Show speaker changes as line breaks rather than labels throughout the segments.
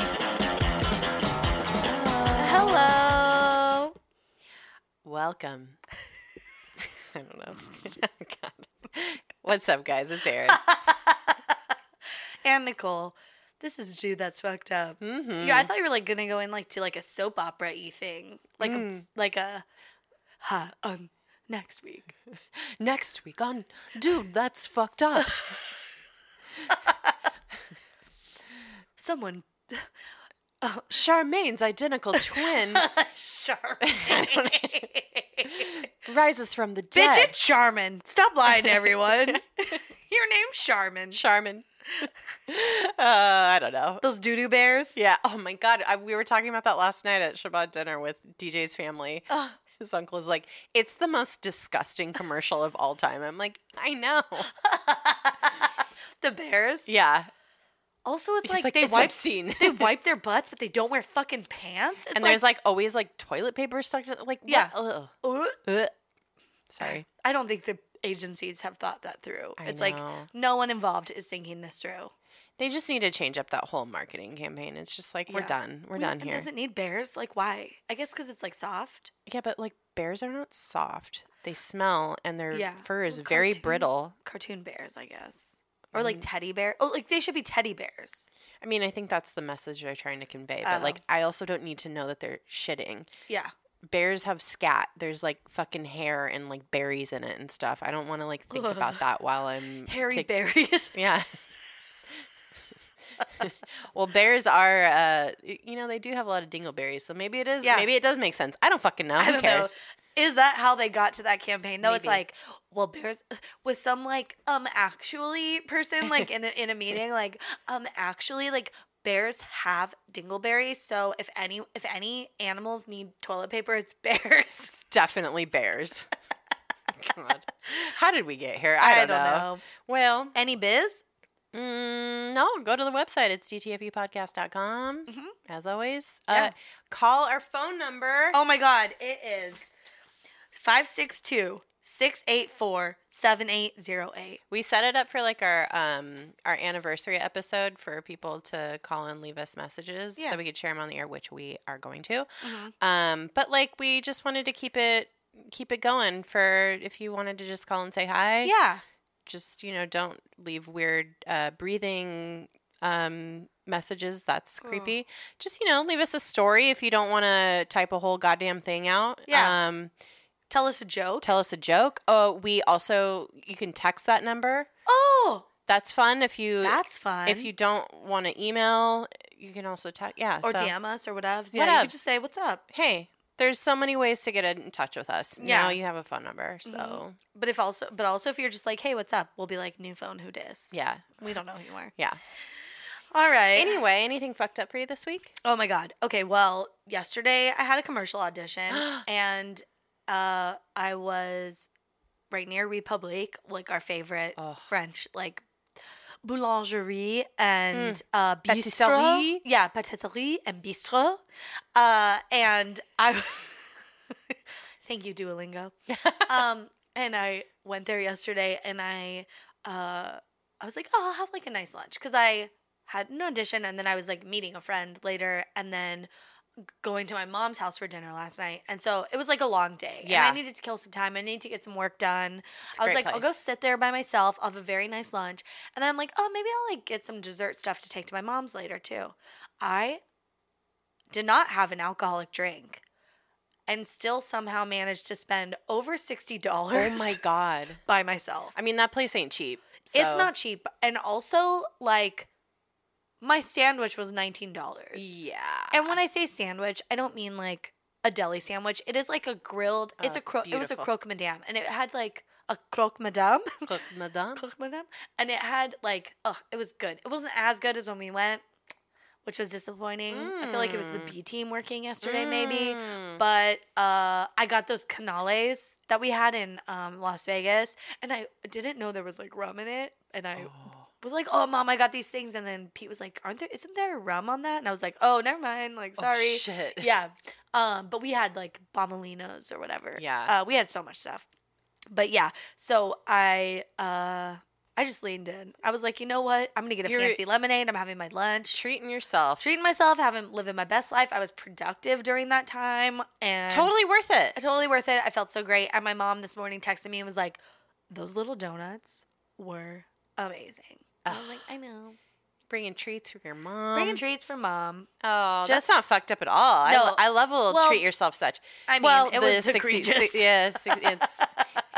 welcome. I don't know. God. What's up, guys? It's Erin.
and Nicole. This is dude that's fucked up.
Mm-hmm.
Yeah, I thought you were like gonna go in like to like a soap opera y thing, like
Mm.
a, like a ha um next week.
Next week on Dude, That's Fucked Up.
Someone
Charmaine's identical twin
sharp.
rises from the dead.
Bitch, it's Charmin. Stop lying, to everyone. Your name's Charmin.
Charmin. uh, I don't know.
Those doo doo bears.
Yeah. Oh my God. I, we were talking about that last night at Shabbat dinner with DJ's family.
Ugh.
His uncle is like, it's the most disgusting commercial of all time. I'm like, I know.
the bears.
Yeah.
Also, it's
He's
like,
like,
they
"It's
wipe
obscene."
they wipe their butts, but they don't wear fucking pants. It's
and there's like always like toilet paper stuck to like what?
Yeah.
Ugh.
Ugh.
Ugh. Sorry.
I don't think the agencies have thought that through.
I
it's
know.
like no one involved is thinking this through.
They just need to change up that whole marketing campaign. It's just like we're
Yeah.
done. We're
We-
done
it
here.
Doesn't need bears. Like why? I guess because it's like soft.
Yeah, but like bears are not soft. They smell and their
Yeah.
fur is
Well, mm.
very
cartoon-
brittle.
Cartoon bears, I guess, or
Mm-hmm.
like teddy bear. Oh, like they should be teddy bears.
I mean, I think that's the message they're trying to convey. But
Oh.
like I also don't need to know that they're shitting.
Yeah.
Bears have scat. There's like fucking hair and like berries in it and stuff. I don't want to like think about that while I'm
Hairy
tak-
berries.
Yeah. well, bears are, uh, y- you know, they do have a lot of dingleberries, so maybe it is.
Yeah.
Maybe it does make sense. I don't fucking know.
I
Who
don't
cares?
know. Is that how they got to that campaign? Though it's
Maybe.
like, well, bears was some like um actually person like in a, in a meeting like um actually like bears have dingleberries. So if any if any animals need toilet paper, it's bears.
It's definitely bears. God, how did we get here?
I
I don't, know. Well,
Any biz?
mm, no. Go to the website. It's dtfupodcast.com.
Mhm.
As always, uh,
Yeah.
call our phone number.
Oh my God, it is 562 684 7808.
We set it up for like our um our anniversary episode for people to call and leave us messages
Yeah.
so we could share them on the air, which we are going to. Um, but like we just wanted to keep it keep it going for if you wanted to just call and say hi.
Yeah.
Just you know, don't leave weird uh, breathing um messages. That's
Oh.
creepy. Just you know, leave us a story if you don't want to type a whole goddamn thing out.
Yeah.
Um,
Tell us a joke.
tell us a joke. Oh, we also you can text that number.
Oh,
That's fun if you
that's fun.
if you don't want to email, you can also text. Yeah.
or
so-
DM us or whatever. Yeah, you
Whatevs.
could just say, What's up?
hey, there's so many ways to get in touch with us.
Yeah.
Now you have a phone number. So,
But if also, but also if you're just like, Hey, what's up? We'll be like, New phone, who dis?
yeah.
We don't know who you are.
Yeah.
All right.
Anyway, anything fucked up for you this week?
Oh my god. Okay, well, yesterday I had a commercial audition and uh I was right near Republique, like our favorite
Ugh.
French like boulangerie and uh bistro.
Patisserie.
Yeah, patisserie and bistro. Uh and I Thank you Duolingo. um and I went there yesterday and I uh I was like, "Oh, I'll have like a nice lunch" cuz I had an audition and then I was like meeting a friend later and then g- going to my mom's house for dinner last night. And so it was like a long day.
Yeah.
And I needed to kill some time. I needed to get some work done.
It's a
I was
great
like, I'll go
place.
sit there by myself. I'll have a very nice lunch. And then I'm like, oh, maybe I'll like get some dessert stuff to take to my mom's later too. I did not have an alcoholic drink and still somehow managed to spend over $60
Oh my God.
by myself.
I mean, that place ain't cheap. So.
It's not cheap. And also, like, my sandwich was $19.
Yeah.
And when I say sandwich, I don't mean like a deli sandwich. It is like a grilled, it's
Oh,
a cro- it was a
beautiful.
croque madame. And it had like a croque madame.
Cook, madame.
croque madame. And it had like, oh, it was good. It wasn't as good as when we went, which was disappointing. I feel like it was the
Mm.
B team working yesterday, maybe.
Mm.
But uh, I got those canales that we had in um, Las Vegas, and I didn't know there was like rum in it. And I
Oh.
was like, "Oh, mom, I got these things." And then Pete was like, "Aren't there? Isn't there rum on that?" And I was like, "Oh, never mind. Like,
Oh,
sorry."
shit.
yeah. Um, but we had like bombolinos or whatever.
Yeah.
Uh, we had so much stuff. But yeah, so I uh, I just leaned in. I was like, you know what? I'm gonna get a
You're-
fancy lemonade. I'm having my lunch,
Treating yourself.
treating myself, having living my best life. I was productive during that time, and
totally worth it.
totally worth it. I felt so great. And my mom this morning texted me and was like, "Those little donuts were amazing." I was like, "I know."
Bringing treats for your mom.
Bringing treats for mom.
Oh, that's
Just-
not fucked up at all. I-
No.
I, love a little
Well,
treat yourself such.
I mean,
well,
it
the
was
60
egregious.
si- yeah, si- it's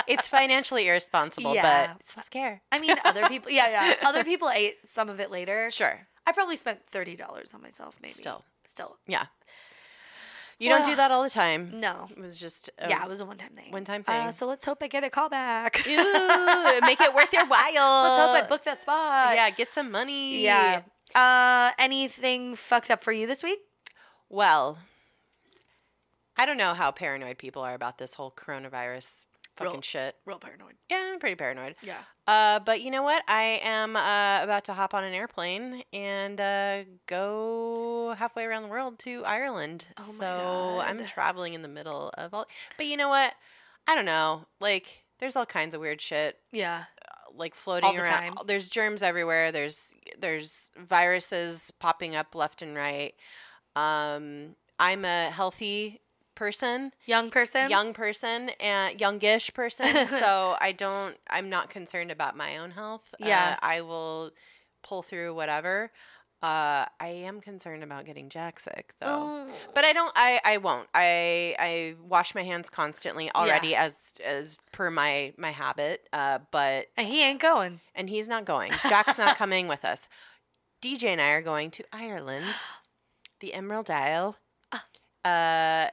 it's financially irresponsible,
Yeah.
but self care.
I mean, other people. Yeah, yeah. Other people ate some of it later.
Sure,
I probably spent thirty dollars on myself. Maybe
Still.
still.
yeah. You don't do
Well,
that all the time.
No.
It was just a
yeah, it was a one-time thing.
one-time
Uh,
Oh. thing.
so let's hope I get a call back.
Ooh, make it worth your while.
Let's hope I book that spot.
Yeah, get some money.
Yeah. Uh, anything fucked up for you this week?
Well, I don't know how paranoid people are about this whole coronavirus fucking
Real-
shit.
Real paranoid.
Yeah, I'm pretty paranoid.
Yeah.
Uh, but you know what? I am uh, about to hop on an airplane and uh, go halfway around the world to Ireland.
Oh my
so I'm
God.
traveling in the middle of all. But you know what? I don't know. Like, there's all kinds of weird shit
Yeah.
like floating
the
around.
time.
There's germs everywhere. There's there's viruses popping up left and right. Um, I'm a healthy person,
Young person.
young person, and youngish person, so I don't. I'm not concerned about my own health. Uh,
Yeah.
I will pull through whatever. Uh, I am concerned about getting jack sick though.
Oh.
But I don't. I, I won't. I I wash my hands constantly already, as as per my my habit. Uh, but
And he ain't going.
and he's not going. Jack's not coming with us. DJ and I are going to Ireland, the Emerald Isle. Uh,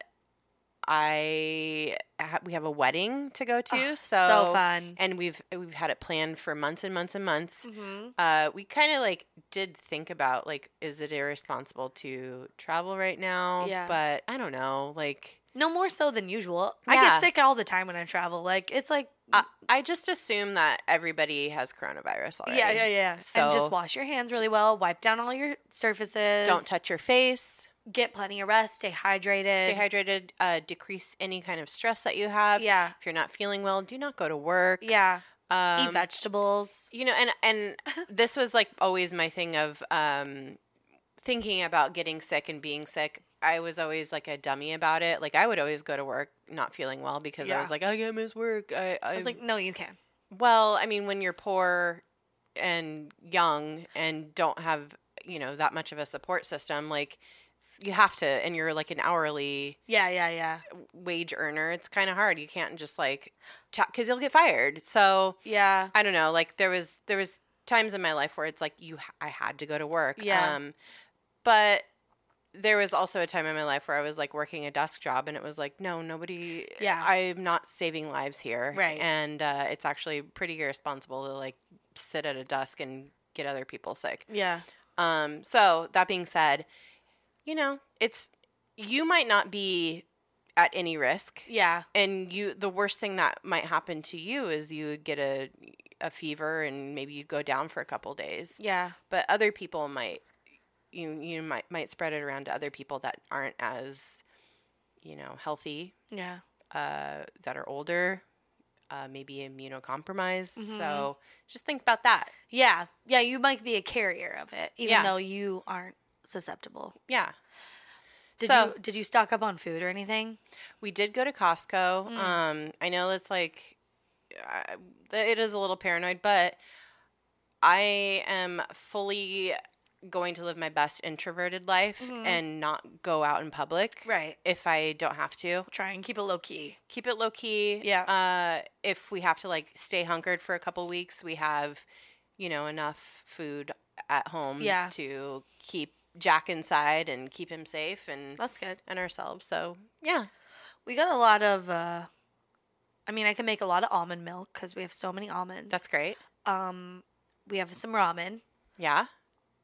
I ha- we have a wedding to go to,
Oh,
Ah, so,
fun.
and we've we've had it planned for months and months and months.
Mhm.
Uh, we kind of like did think about like, is it irresponsible to travel right now?
Yeah.
but I don't know. Like,
No more so than usual. I
Yeah.
get sick all the time when I travel. Like it's like
I, I just assume that everybody has coronavirus already.
yeah, yeah, yeah. and
So-
just wash your hands really well. Wipe down all your surfaces.
Don't touch your face.
Get plenty of rest. Stay hydrated.
Stay hydrated. Uh, decrease any kind of stress that you have.
Yeah.
If you're not feeling well, do not go to work.
Yeah. Eat
Um,
vegetables.
you know, and and this was like always my thing of um, thinking about getting sick and being sick. I was always like a dummy about it. Like I would always go to work not feeling well because I
Yeah.
was like, I can't miss work. I, I,
I was like, no, you can.
well, I mean, when you're poor and young and don't have you know that much of a support system, like s- you have to, and you're like an hourly
Yeah, yeah, yeah.
wage earner, it's kind of hard. You can't just like, because you'll get fired. So
Yeah.
I don't know. Like there was there was times in my life where it's like you h- I had to go to work.
Yeah.
Um, but there was also a time in my life where I was like working a desk job, and it was like, no, nobody.
Yeah.
I'm not saving lives here.
Right.
And uh, it's actually pretty irresponsible to like sit at a desk and get other people sick.
Yeah.
Um, so that being said, you know, it's you might not be at any risk,
Yeah.
and you the worst thing that might happen to you is you would get a a fever and maybe you'd go down for a couple days.
Yeah.
But other people might you you might might spread it around to other people that aren't as you know healthy,
Yeah.
uh, that are older, uh, maybe immunocompromised.
Mhm.
So just think about that.
Yeah. Yeah. You might be a carrier of it, even
Yeah.
though you aren't susceptible.
Yeah.
Did
So-
you did you stock up on food or anything?
We did go to Costco.
Mm.
Um, I know it's like I- it is a little paranoid, but I am fully going to live my best introverted life
Mhm.
and not go out in public
Right.
if I don't have to.
Try and keep it low key.
Keep it low key. Uh, if we have to like stay hunkered for a couple weeks, we have you know enough food at home
Yeah.
to keep Jack inside and keep him safe and
That's good.
and ourselves. So yeah.
We got a lot of. uh I mean, I can make a lot of almond milk because we have so many almonds.
That's great.
um, we have some ramen,
Yeah.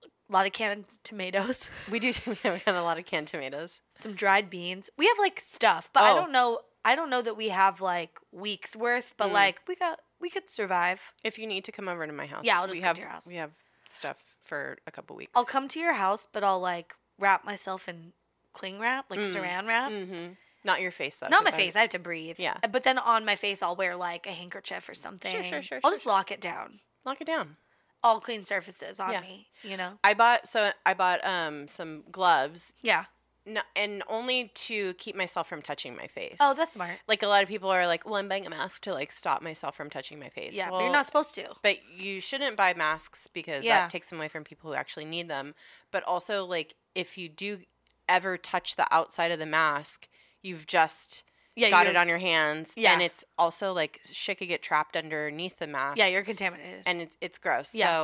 a lot of canned tomatoes,
We do. We had a lot of canned tomatoes.
some dried beans. We have like stuff, but I
Oh.
don't know. I don't know that we have like weeks worth, but
Mm.
like we got we could survive.
If you need to come over to my house,
Yeah, I'll just
we
come
have,
to your house.
We have stuff for a couple weeks.
I'll come to your house, but I'll like wrap myself in cling wrap, like
Mm.
saran wrap.
Mm-hmm. Not your face though.
Not my
'cause I'm-
face. I have to breathe. Uh,
Yeah.
But then on my face, I'll wear like a handkerchief or something.
sure, sure,
I'll
sure,
just lock it down.
Lock it down.
all clean surfaces on
Yeah.
me, you know?
I bought so I bought um some gloves,
Yeah.
no, and only to keep myself from touching my face.
Oh, that's smart.
like a lot of people are like, well, I'm buying a mask to like stop myself from touching my face.
Yeah, but
well,
you're not supposed to.
But you shouldn't buy masks because
Yeah.
that takes them away from people who actually need them. But also, like, if you do ever touch the outside of the mask, you've just
Yeah,
got
you're-
it on your hands.
Yeah.
And it's also like shit could get trapped underneath the mask.
Yeah, you're contaminated.
And it's, it's gross.
Yeah.
So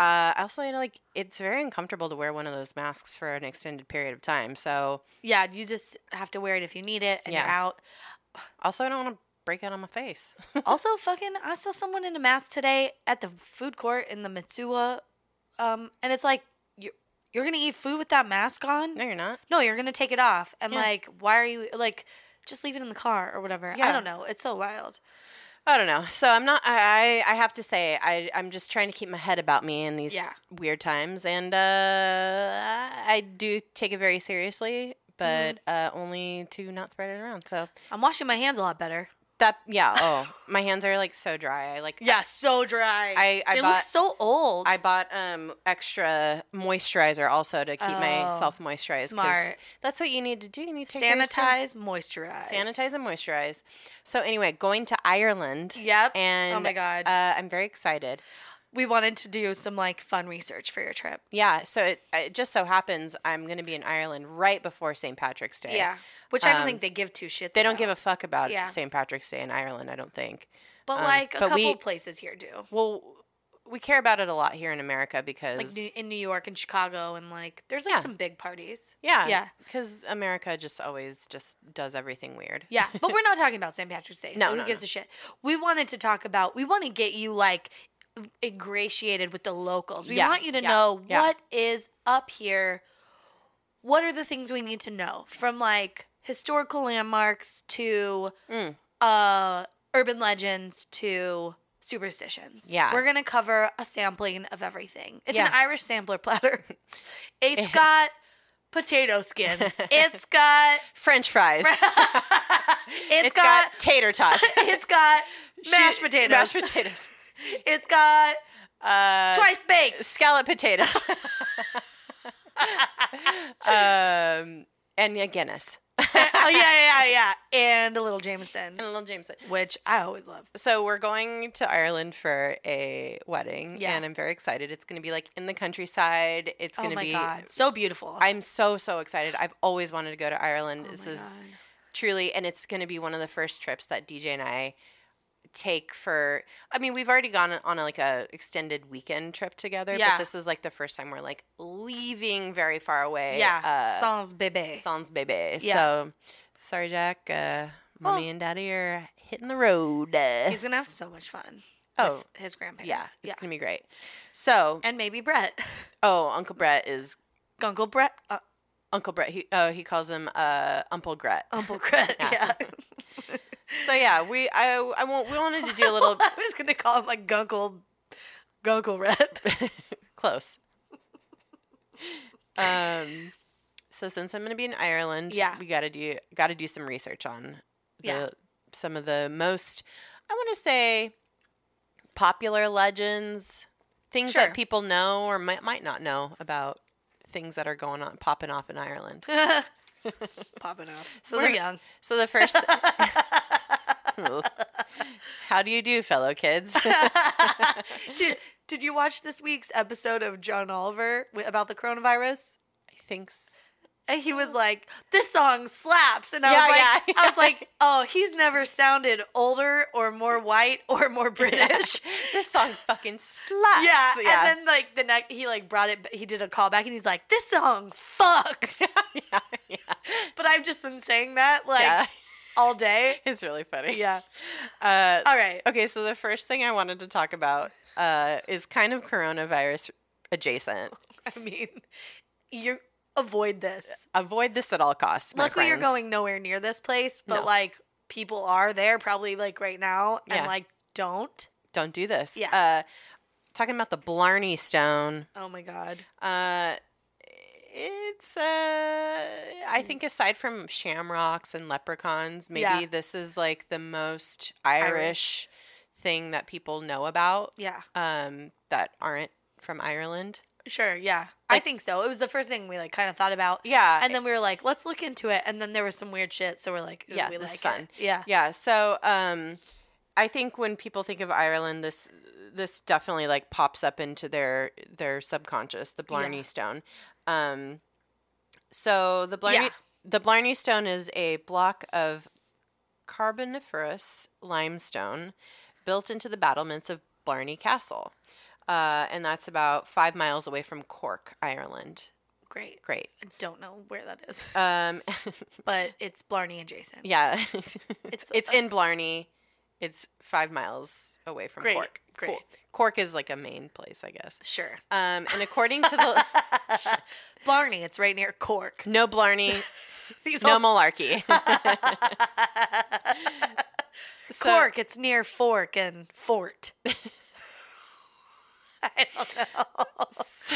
uh, I also had like, it's very uncomfortable to wear one of those masks for an extended period of time. So
yeah, you just have to wear it if you need it and you're
Yeah.
out.
also, I don't want to break out on my face.
also, fucking, I saw someone in a mask today at the food court in the Mitsuwa. Um, and it's like, you're, you're going to eat food with that mask on?
no, you're not.
No, you're going to take it off. And
Yeah.
like, why are you, like, just leave it in the car or whatever. I
Yeah.
don't know. It's so wild.
I don't know. So I'm not. I I I have to say I I'm just trying to keep my head about me in these
Yeah.
weird times, and uh, I do take it very seriously, but uh,
Mm-hmm.
only to not spread it around. So
I'm washing my hands a lot better.
that yeah. Oh, my hands are like so dry. I like
Yeah, so dry.
I I
they look
bought
so old.
I bought um extra moisturizer also to keep
Oh,
myself moisturized. 'cause
smart.
That's what you need to do. You need to take care of your skin.
sanitize, moisturize.
sanitize, and moisturize. So anyway, going to Ireland.
Yep.
And
oh my god.
Uh, I'm very excited.
we wanted to do some like fun research for your trip.
Yeah, so it, it just so happens I'm going to be in Ireland right before St. Patrick's Day.
Yeah. Which I don't
Um,
think they give two shits.
They don't give a fuck about
Yeah.
St. Patrick's Day in Ireland, I don't think.
But
um,
like a
but
couple
we-
places here do.
Well, we care about it a lot here in America because
Like New, in New York and Chicago and like there's like
Yeah.
some big parties.
yeah,
yeah.
cuz America just always just does everything weird.
Yeah, but we're not talking about St. Patrick's Day. So
No,
who
no,
gives
no.
a shit? We wanted to talk about we want to get you like ingratiated with the locals. We
Yeah,
want you to
yeah,
know
yeah.
what is up here. What are the things we need to know from like historical landmarks to
Mm.
uh urban legends to superstitions.
Yeah.
We're gonna cover a sampling of everything. It's an
Yeah.
Irish sampler platter. It's got potato skins. It's got
French fries.
it's got,
tater tots.
it's got mashed
Shoot-
potatoes.
Mashed potatoes.
It's got
Uh
twice baked.
scallop potatoes. um and a Guinness.
oh yeah, yeah, yeah, yeah, and a little Jameson,
And a little Jameson.
which I always love.
So we're going to Ireland for a wedding,
Yeah.
and I'm very excited. It's going to be like in the countryside. It's
Oh
going to
my
be.
god, so beautiful.
I'm so so excited. I've always wanted to go to Ireland.
Oh
this
my
is
God.
truly, and it's going to be one of the first trips that DJ and I take for. I mean, we've already gone on a, like a extended weekend trip together,
Yeah.
but this is like the first time we're like leaving very far away.
yeah,
uh,
sans bébé.
sans bébé.
Yeah.
So sorry, Jack. Uh, mommy
Well-
and daddy are hitting the road. Uh,
He's gonna have so much fun.
Oh,
with his grandparents.
yeah, it's
yeah,
gonna be great. So,
and maybe Brett,
oh, Uncle Brett is
Gunkle Brett, uh,
Uncle Brett. He oh he calls him uh Uncle Gret.
Uncle Brett. yeah.
Yeah. So yeah, we I I want we wanted to do a little
I was gonna call him like Gunkle, Gunkle Brett.
close. Um, so since I'm gonna be in Ireland,
Yeah.
we gotta do gotta do some research on the
Yeah.
some of the most I want to say popular legends, things
Sure.
that people know or might might not know about things that are going on popping off in Ireland.
Popping off.
So
We're
the-
young.
So the first. How do you do, fellow kids?
did, did you watch this week's episode of John Oliver wi- about the coronavirus?
Thanks.
And he was like, "This song slaps," and I
Yeah,
was like,
yeah,
"I was like, oh, he's never sounded older or more white or more British."
This song fucking slaps.
Yeah, and then like the next, he like brought it. He did a callback, and he's like, "This song fucks."
yeah, yeah,
but I've just been saying that like
yeah.
all day.
It's really funny.
Yeah.
Uh,
All right.
okay, so the first thing I wanted to talk about uh, is kind of coronavirus adjacent.
I mean, you avoid this.
Avoid this at all costs. my
Luckily, you're
friends.
going nowhere near this place, but
No.
like people are there probably like right now, and
Yeah.
like don't.
Don't do this.
Yeah.
Uh, talking about the Blarney Stone.
Oh my god.
Uh, it's uh, I think aside from shamrocks and leprechauns, maybe
Mm. Yeah.
this is like the most
Irish.
Irish, thing that people know about
Yeah.
um, that aren't from Ireland.
Sure. Yeah. I
Like-
think so. It was the first thing we like kind of thought about.
Yeah.
And then we were like, let's look into it. And then there was some weird shit. So we're like, ooh,
Yeah,
we
this
like
is fun.
it. Yeah.
Yeah. So um, I think when people think of Ireland, this this definitely like pops up into their their subconscious, the Blarney Stone. Um, so the Blarney
Yeah.
the Blarney Stone is a block of carboniferous limestone built into the battlements of Blarney Castle. Uh, and that's about five miles away from Cork, Ireland.
Great.
Great.
I don't know where that is,
Um,
but it's Blarney adjacent.
Yeah.
It's-
It's
uh
it's in Blarney. It's five miles away from
Great,
Cork.
great.
Cool. Cork is like a main place, I guess.
Sure.
Um, and according to the
Blarney, it's right near Cork.
no Blarney,
These
no
all-
malarkey. So-
Cork, it's near Fork and Fort. I don't know.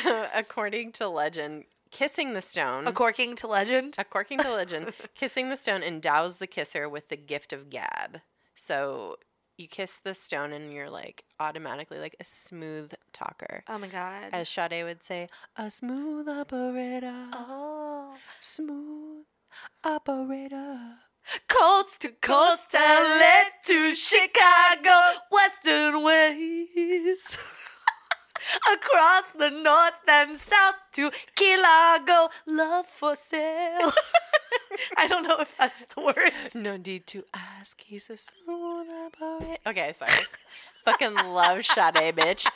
So according to legend, kissing the stone.
A corking to legend.
According to legend, kissing the stone endows the kisser with the gift of gab. So you kiss the stone and you're like automatically like a smooth talker.
Oh my god.
As Sade would say, a smooth operator.
oh.
Smooth operator.
Coast to coast, LA to Chicago, Western ways. Across the north and south to Kilago, love for sale. I don't know if that's the word.
No need to ask. He's a smooth operator. Okay, sorry. Fucking love Sade, bitch.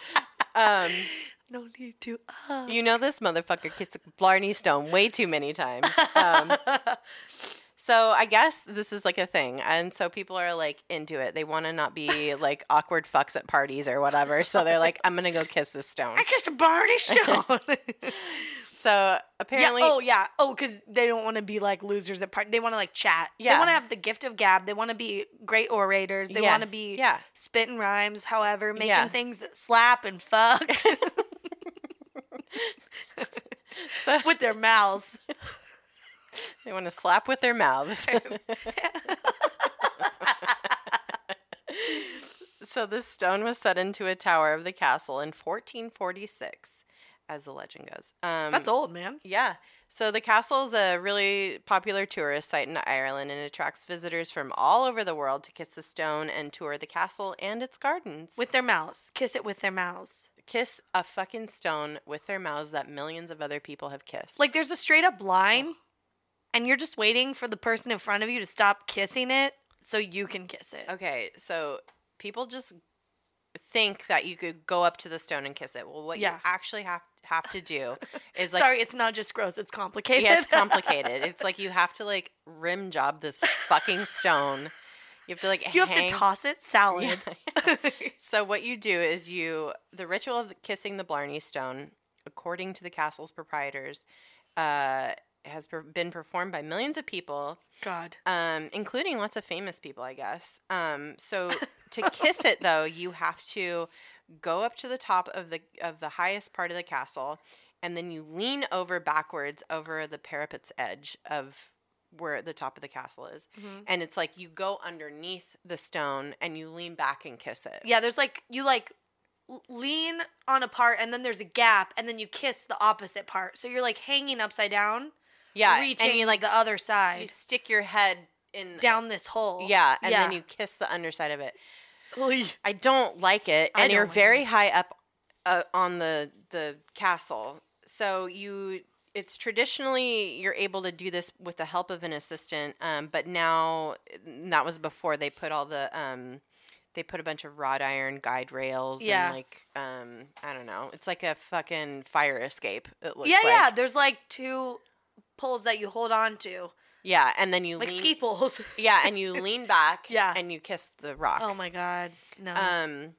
Um,
No need to uh. ask.
you know this motherfucker kissed Blarney Stone way too many times. Um, so I guess this is like a thing, and so people are like into it. They want to not be like awkward fucks at parties or whatever. So they're like, I'm gonna go kiss this stone.
I kissed a Barney Stone.
So apparently,
Yeah, oh yeah. Oh, because they don't want to be like losers at part. They want to like chat. They
Yeah.
want to have the gift of gab. They want to be great orators. They
Yeah,
want to be
yeah.
spitting rhymes. However, making
Yeah.
things that slap and fuck with their mouths.
They want to slap with their mouths. so this stone was set into a tower of the castle in 1446, as the legend goes. Um,
That's old, man.
yeah. So the castle is a really popular tourist site in Ireland and attracts visitors from all over the world to kiss the stone and tour the castle and its gardens.
With their mouths. Kiss it with their mouths.
kiss a fucking stone with their mouths that millions of other people have kissed.
Like there's a straight up line,
Oh.
and you're just waiting for the person in front of you to stop kissing it so you can kiss it.
Okay, so people just think that you could go up to the stone and kiss it. Well, what
Yeah.
you actually have have to do is like
Sorry, it's not just gross. It's complicated.
yeah, it's complicated. it's like you have to like rim job this fucking stone. You have to like
you have
hang-
to toss it salad.
Yeah, So what you do is you the ritual of kissing the Blarney Stone, according to the castle's proprietors, uh, has per- been performed by millions of people
God.
um, including lots of famous people, I guess. Um, so to kiss it, though, you have to go up to the top of the of the highest part of the castle, and then you lean over backwards over the parapet's edge of where the top of the castle is, and it's like you go underneath the stone and you lean back and kiss it.
Yeah, there's like you like l- lean on a part and then there's a gap and then you kiss the opposite part. So you're like hanging upside down,
yeah,
reaching
and you like
the other
you
side
stick your head in.
down this hole.
Yeah, and then you kiss the underside of it.
you
I don't like it,
I
and
don't
you're
like
very
it.
high up uh, on the the castle. So you, it's traditionally you're able to do this with the help of an assistant, um, but now and that was before they put all the um, they put a bunch of wrought iron guide rails
Yeah.
and like um, I don't know, it's like a fucking fire escape. It looks
Yeah,
like.
yeah, there's like two poles that you hold on to.
yeah, and then you
Like
lean,
ski poles.
yeah, and you lean back,
Yeah.
and you kiss the rock.
oh my god. No.
Um,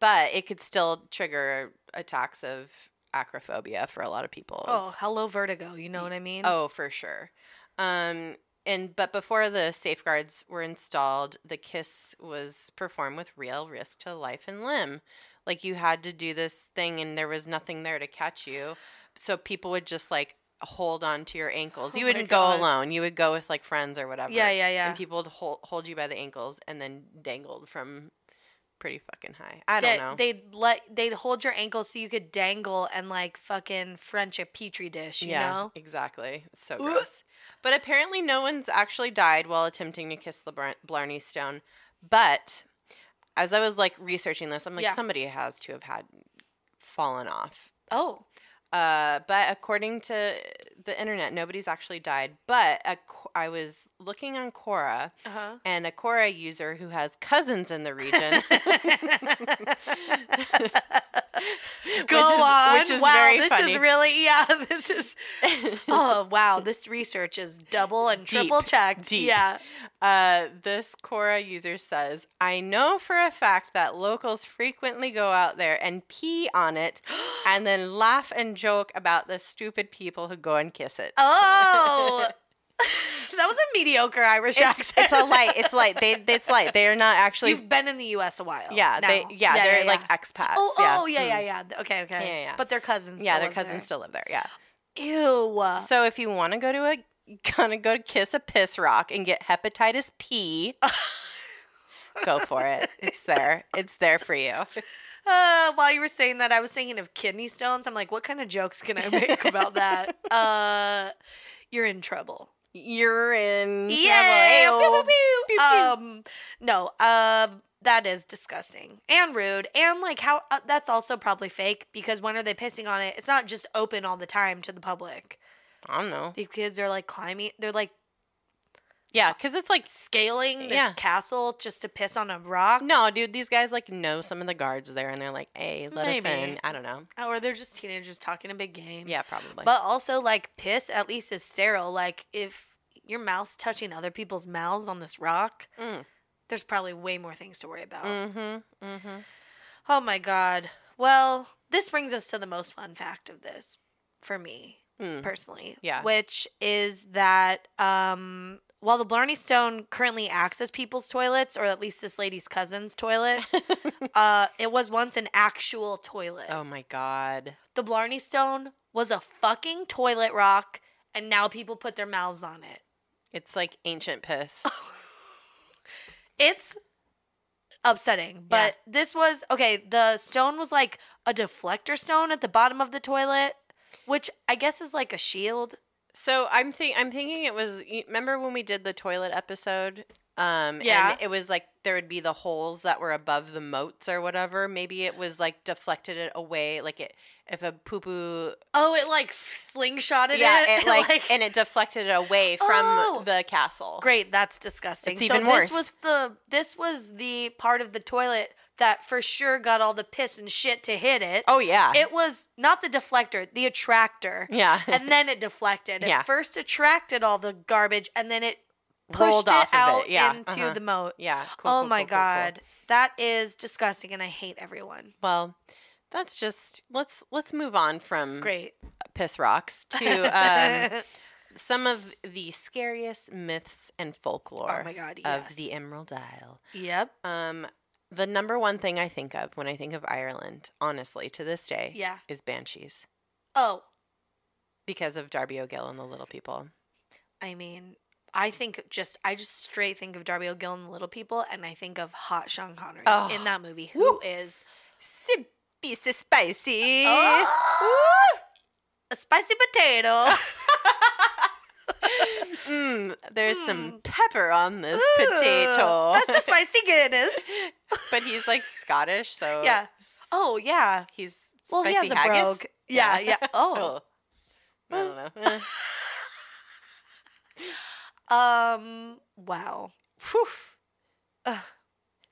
but it could still trigger attacks of acrophobia for a lot of people.
oh,
It's-
hello vertigo, you know what I mean?
Oh, for sure. Um, and but before the safeguards were installed, the kiss was performed with real risk to life and limb. Like you had to do this thing, and there was nothing there to catch you, so people would just like hold on to your ankles.
Oh
you
my
wouldn't
God.
go alone. You would go with like friends or whatever.
Yeah, yeah, yeah.
And people would hold, hold you by the ankles and then dangled from pretty fucking high. I
Da-
don't know.
They'd let they'd hold your ankles so you could dangle and like fucking French a petri dish, you
yeah,
know?
exactly. It's so
Ugh.
gross. But apparently, no one's actually died while attempting to kiss the Blar- Blarney Stone. But as I was like researching this, I'm like,
Yeah.
somebody has to have had fallen off.
Oh,
Uh, but according to the internet, nobody's actually died. But a, I was looking on Quora,
uh
and a Quora user who has cousins in the region.
Go
is-
on.
which is
wow,
very
this
funny.
is really yeah. This is oh wow. This research is double and triple
Deep,
checked.
deep.
Yeah.
Uh, this Quora user says, I know for a fact that locals frequently go out there and pee on it and then laugh and joke about the stupid people who go and kiss it.
Oh, that was a mediocre Irish
It's,
accent.
it's a light. It's light. They, it's light. They're not actually.
You've been in the U.S. a while.
yeah,
now.
they, yeah, they're like expats.
Oh,
yeah.
oh, yeah,
Mm.
yeah, yeah. Okay, okay.
Yeah, yeah.
But their cousins.
Mm.
still
Yeah, their
live there.
cousins still live there. Yeah.
Ew.
So if you want to go to a gonna go to kiss a piss rock and get hepatitis P, go for it. It's there. It's there for you.
Uh, while you were saying that, I was thinking of kidney stones. I'm like, what kind of jokes can I make about that? Uh, you're in trouble.
You're in trouble.
Yeah.
Ayo.
Um, no. Um, that is disgusting and rude and like how uh, that's also probably fake because when are they pissing on it? It's not just open all the time to the public.
I don't know.
These kids are like climbing. They're like
Yeah, because it's like
scaling this
Yeah.
castle just to piss on a rock.
no, dude. These guys like know some of the guards there, and they're like, "Hey, let
Maybe.
us in." I don't know.
Or they're just teenagers talking a big game.
Yeah, probably.
But also, like, piss at least is sterile. Like, if your mouth's touching other people's mouths on this rock,
Mm.
there's probably way more things to worry about.
mm-hmm, mm-hmm.
Oh my God. Well, this brings us to the most fun fact of this for me
Mm.
personally.
Yeah.
Which is that um, while the Blarney Stone currently acts as people's toilets, or at least this lady's cousin's toilet, uh, it was once an actual toilet.
oh my god.
The Blarney Stone was a fucking toilet rock, and now people put their mouths on it.
It's like ancient piss.
It's upsetting, but this was okay. The stone was like a deflector stone at the bottom of the toilet, which I guess is like a shield.
So I'm think I'm thinking it was. you Remember when we did the toilet episode? Um,
Yeah.
And it was like there would be the holes that were above the moats or whatever. Maybe it was like deflected it away, like it if a poo poo.
Oh, it like slingshotted
Yeah,
it.
it like, and it deflected it away from
Oh!
the castle.
Great, that's disgusting.
It's
so
even
this
worse.
was the this was the part of the toilet that for sure got all the piss and shit to hit it.
Oh yeah.
It was not the deflector, the attractor.
yeah.
and then it deflected. It
Yeah.
first attracted all the garbage, and then it pushed
Rolled
it
off of it.
out
Yeah,
into
uh-huh.
the moat.
yeah.
oh
cool,
my
cool, cool, cool.
god, that is disgusting, and I hate everyone.
Well, that's just let's let's move on from
Great.
piss rocks to Mm. um, some of the scariest myths and folklore
oh my god.
of
Yes.
the Emerald Isle.
Yep.
Um, the number one thing I think of when I think of Ireland, honestly, to this day,
Yeah.
is banshees
Oh,
because of Darby O'Gill and the Little People.
I mean. I think just I just straight think of Darby O'Gill and the Little People, and I think of Hot Sean Connery
Oh.
in that movie,
Woo. Eh.
who is
Sippy so spicy.
Oh, a spicy potato.
Mm, there's some
Mm.
pepper on this
Ooh,
potato.
That's the spicy goodness.
but he's like Scottish, so
Yeah.
s-
Oh yeah.
he's
Well,
spicy
he has a
haggis.
brogue. Yeah, yeah. Oh. Mm.
Oh. I don't know. Eh.
Um. Wow.
Whew. Ugh.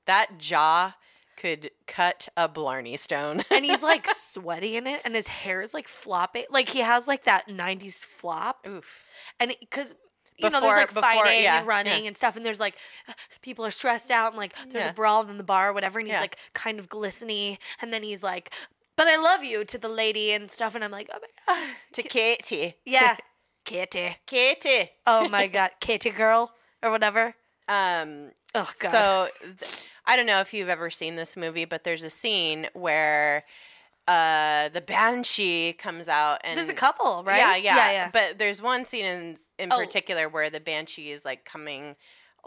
That jaw could cut a Blarney stone.
And he's like sweaty in it, and his hair is like flopping. Like he has like that '90s flop,
Oof.
and because. You know,
Before-
there's like
before-
fighting
yeah, yeah.
and running and stuff, and there's like people are stressed out, and like there's
Yeah.
a brawl in the bar or whatever, and he's
Yeah.
like kind of glistening, and then he's like, "But I love you" to the lady and stuff, and I'm like, "Oh my god,
To Katie.
yeah, Kitty,
Katie.
oh my god, Kitty girl or whatever."
Um,
Oh god,
So th- I don't know if you've ever seen this movie, but there's a scene where uh, the banshee comes out and
there's a couple, right?
Yeah, yeah,
yeah, yeah.
But there's one scene in in
Oh.
particular where the banshee is like coming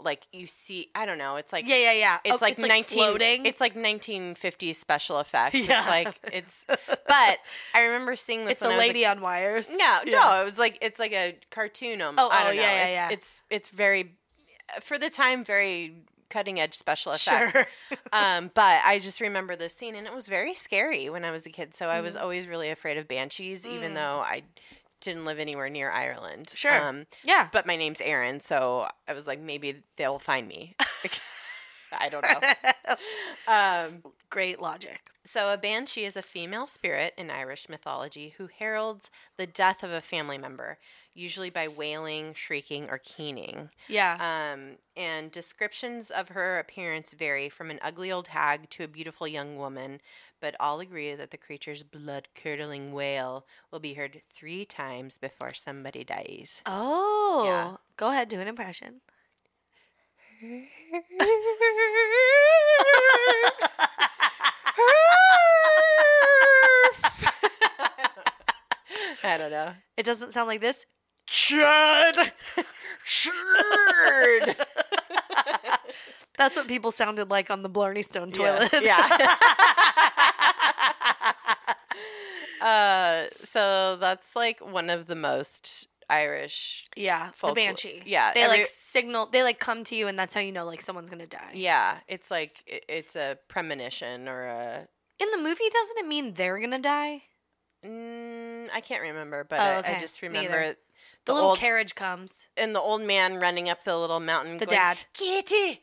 like you see I don't know, it's like
yeah, yeah, yeah.
it's
Oh,
like nineteen
floating.
it's like nineteen fifties special effects.
Yeah.
It's like it's but I remember seeing this
it's a
when I was
lady on wires.
No,
Yeah.
no, it was like it's like a cartoon. Um,
Oh,
I
oh,
don't know.
yeah, yeah,
it's,
yeah.
it's it's very for the time very cutting edge special effects.
sure.
um, but I just remember this scene and it was very scary when I was a kid. So I was always really afraid of banshees, even
Mm.
though I didn't live anywhere near Ireland.
Sure.
Um,
yeah.
but my name's Erin, so I was like, maybe they'll find me. I don't know. Um,
Great logic.
so, a banshee is a female spirit in Irish mythology who heralds the death of a family member, usually by wailing, shrieking, or keening.
Yeah.
Um, and descriptions of her appearance vary from an ugly old hag to a beautiful young woman, but all agree that the creature's blood curdling wail will be heard three times before somebody dies.
oh. Go ahead, do an impression.
I don't know.
it doesn't sound like this. Chud. Chud. That's what people sounded like on the Blarney Stone
Yeah,
toilet.
yeah. Uh, so that's like one of the most Irish.
Yeah,
folklore-
the banshee.
yeah,
they
every-
like signal. They like come to you, and that's how you know like someone's gonna die.
Yeah, it's like i it's a premonition or a.
In the movie, doesn't it mean they're gonna die?
Mm, I can't remember, but
Oh,
I, I
okay.
just
Me either.
remember it-
The,
the,
little
old
carriage comes.
and the old man running up the little mountain.
The
going,
dad.
Kitty,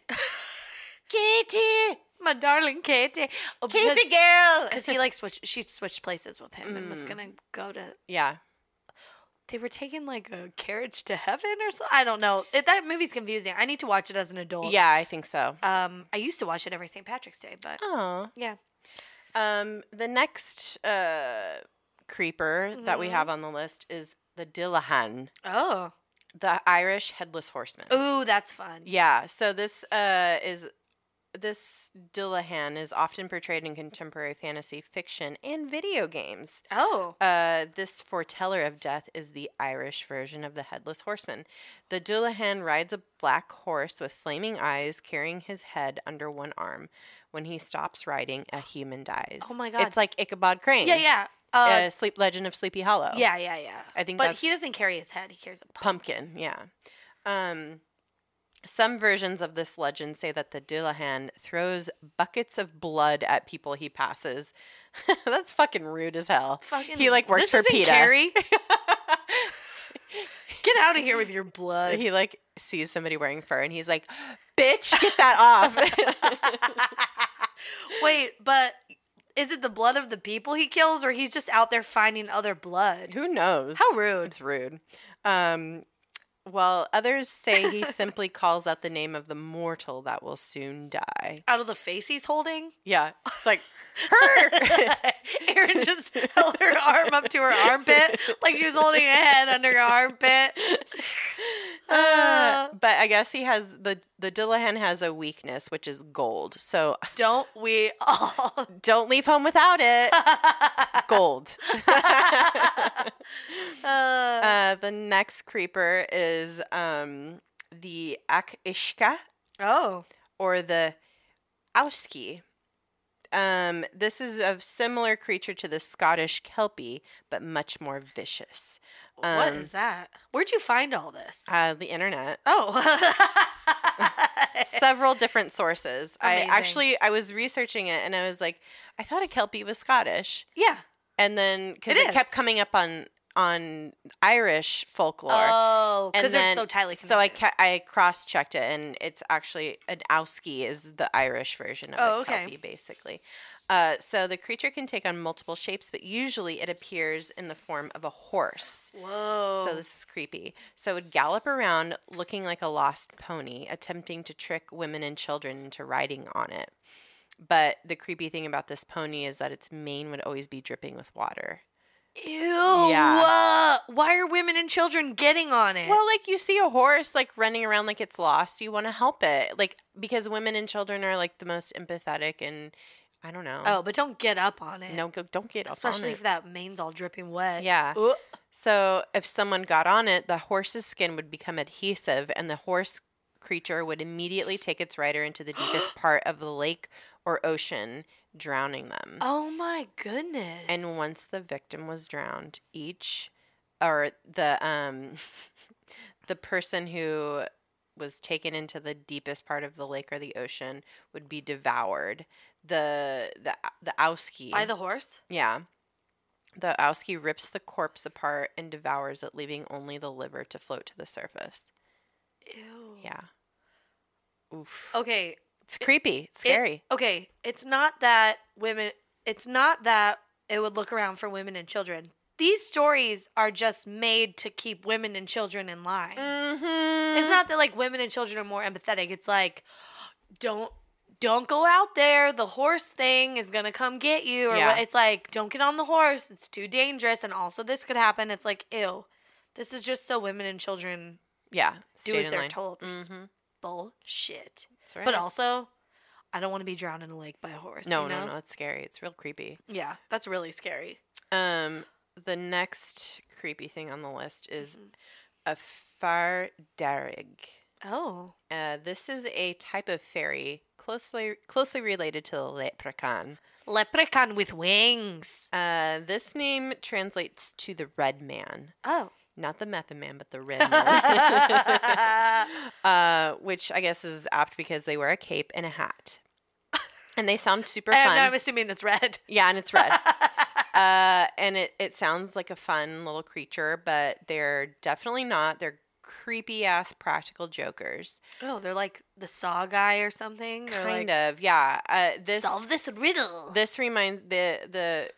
Kitty,
My darling Katie. Oh,
Kitty
because,
girl.
because he like switched. She switched places with him and was
Mm.
gonna go to.
Yeah,
They were taking like a carriage to heaven or something. I don't know. It, that movie's confusing. I need to watch it as an adult.
yeah, I think so.
Um, I used to watch it every St. Patrick's Day, but
Oh.
Yeah.
Um, the next uh, creeper that we
Mhm.
have on the list is the Dillahan,
oh,
the Irish headless horseman.
ooh, that's fun.
Yeah. So this uh, is this Dillahan is often portrayed in contemporary fantasy fiction and video games.
Oh,
Uh, this foreteller of death is the Irish version of the headless horseman. The Dullahan rides a black horse with flaming eyes, carrying his head under one arm. When he stops riding, a human dies.
Oh my God.
It's like Ichabod Crane.
yeah, yeah.
Uh,
Uh,
Sleep Legend of Sleepy Hollow.
yeah, yeah, yeah.
I think
But
that's
he doesn't carry his head. He carries a pump.
pumpkin. Yeah. Um, some versions of this legend say that the Dullahan throws buckets of blood at people he passes. that's fucking rude as hell.
Fucking,
He, like, works
this
for
isn't
PETA.
Carrie. Get out of here with your blood.
he like sees somebody wearing fur and he's like, "Bitch, get that off."
Wait, but is it the blood of the people he kills, or he's just out there finding other blood?
Who knows?
How rude.
It's rude. Um, while others say he simply calls out the name of the mortal that will soon die.
Out of the face he's holding?
Yeah, it's like her.
Erin just held her arm up to her armpit like she was holding a head under her armpit.
Uh,
Uh.
but I guess he has the the Dillahan has a weakness, which is gold. So
Don't we all?
don't leave home without it. Gold.
Uh,
Uh, the next creeper is um, the Akishka
oh.
or the Auski. Um, this is a similar creature to the Scottish Kelpie, but much more vicious.
what
um,
is that? Where'd you find all this?
Uh, the internet.
oh.
Several different sources.
Amazing.
I actually I was researching it and I was like, I thought a Kelpie was Scottish,
yeah.
and then because
It
it, kept
is.
coming up on on Irish folklore.
Oh,
And
because they're
then-
so tightly connected.
So I ca- I cross checked it, and it's actually an Owski is the Irish version of
Oh,
a
okay.
kelpie, basically. Uh, so the creature can take on multiple shapes, but usually it appears in the form of a horse.
Whoa.
So this is creepy. So it would gallop around looking like a lost pony, attempting to trick women and children into riding on it. But the creepy thing about this pony is that its mane would always be dripping with water.
Ew.
Yeah.
Why are women and children getting on it?
Well, like you see a horse like running around like it's lost, you want to help it. Like because women and children are like the most empathetic and I don't know.
oh, but don't get up on it.
no, go, don't get up on
Especially
it.
if that mane's all dripping wet.
yeah.
Ugh.
So if someone got on it, the horse's skin would become adhesive and the horse creature would immediately take its rider into the deepest part of the lake or ocean, drowning them.
Oh my goodness.
And once the victim was drowned, each or the um the person who was taken into the deepest part of the lake or the ocean would be devoured. The the the Auski
by the horse?
yeah. The Auski rips the corpse apart and devours it, leaving only the liver to float to the surface.
Ew.
Yeah. Oof.
Okay.
it's creepy. It's scary.
Okay. It's not that women it's not that it would look around for women and children. These stories are just made to keep women and children in line.
mm-hmm.
It's not that like women and children are more empathetic. It's like don't don't go out there. The horse thing is gonna come get you. Or
Yeah.
what- it's like don't get on the horse. It's too dangerous. And also this could happen. It's like ew. This is just so women and children
Yeah.
do
stayed
as
in
they're
line.
told. Which is
Mm-hmm.
Bullshit.
That's right.
But also, I don't want to be drowned in a lake by a horse.
no,
you know?
no, no. It's scary. It's real creepy.
Yeah, that's really scary.
Um, the next creepy thing on the list is
Mhm.
a fardarig.
Oh.
Uh, this is a type of fairy closely closely related to the leprechaun.
Leprechaun with wings.
Uh, this name translates to the red man,
Oh.
not the method man, but the red man. uh, which I guess is apt because they wear a cape and a hat, and they sound super
And
fun.
I'm assuming it's red.
Yeah, and it's red. uh, and it, it sounds like a fun little creature, but they're definitely not. They're creepy ass practical jokers.
Oh, they're like the saw guy or something. They're
Kind
like,
of, yeah. Uh, this
solve this riddle.
this reminds the the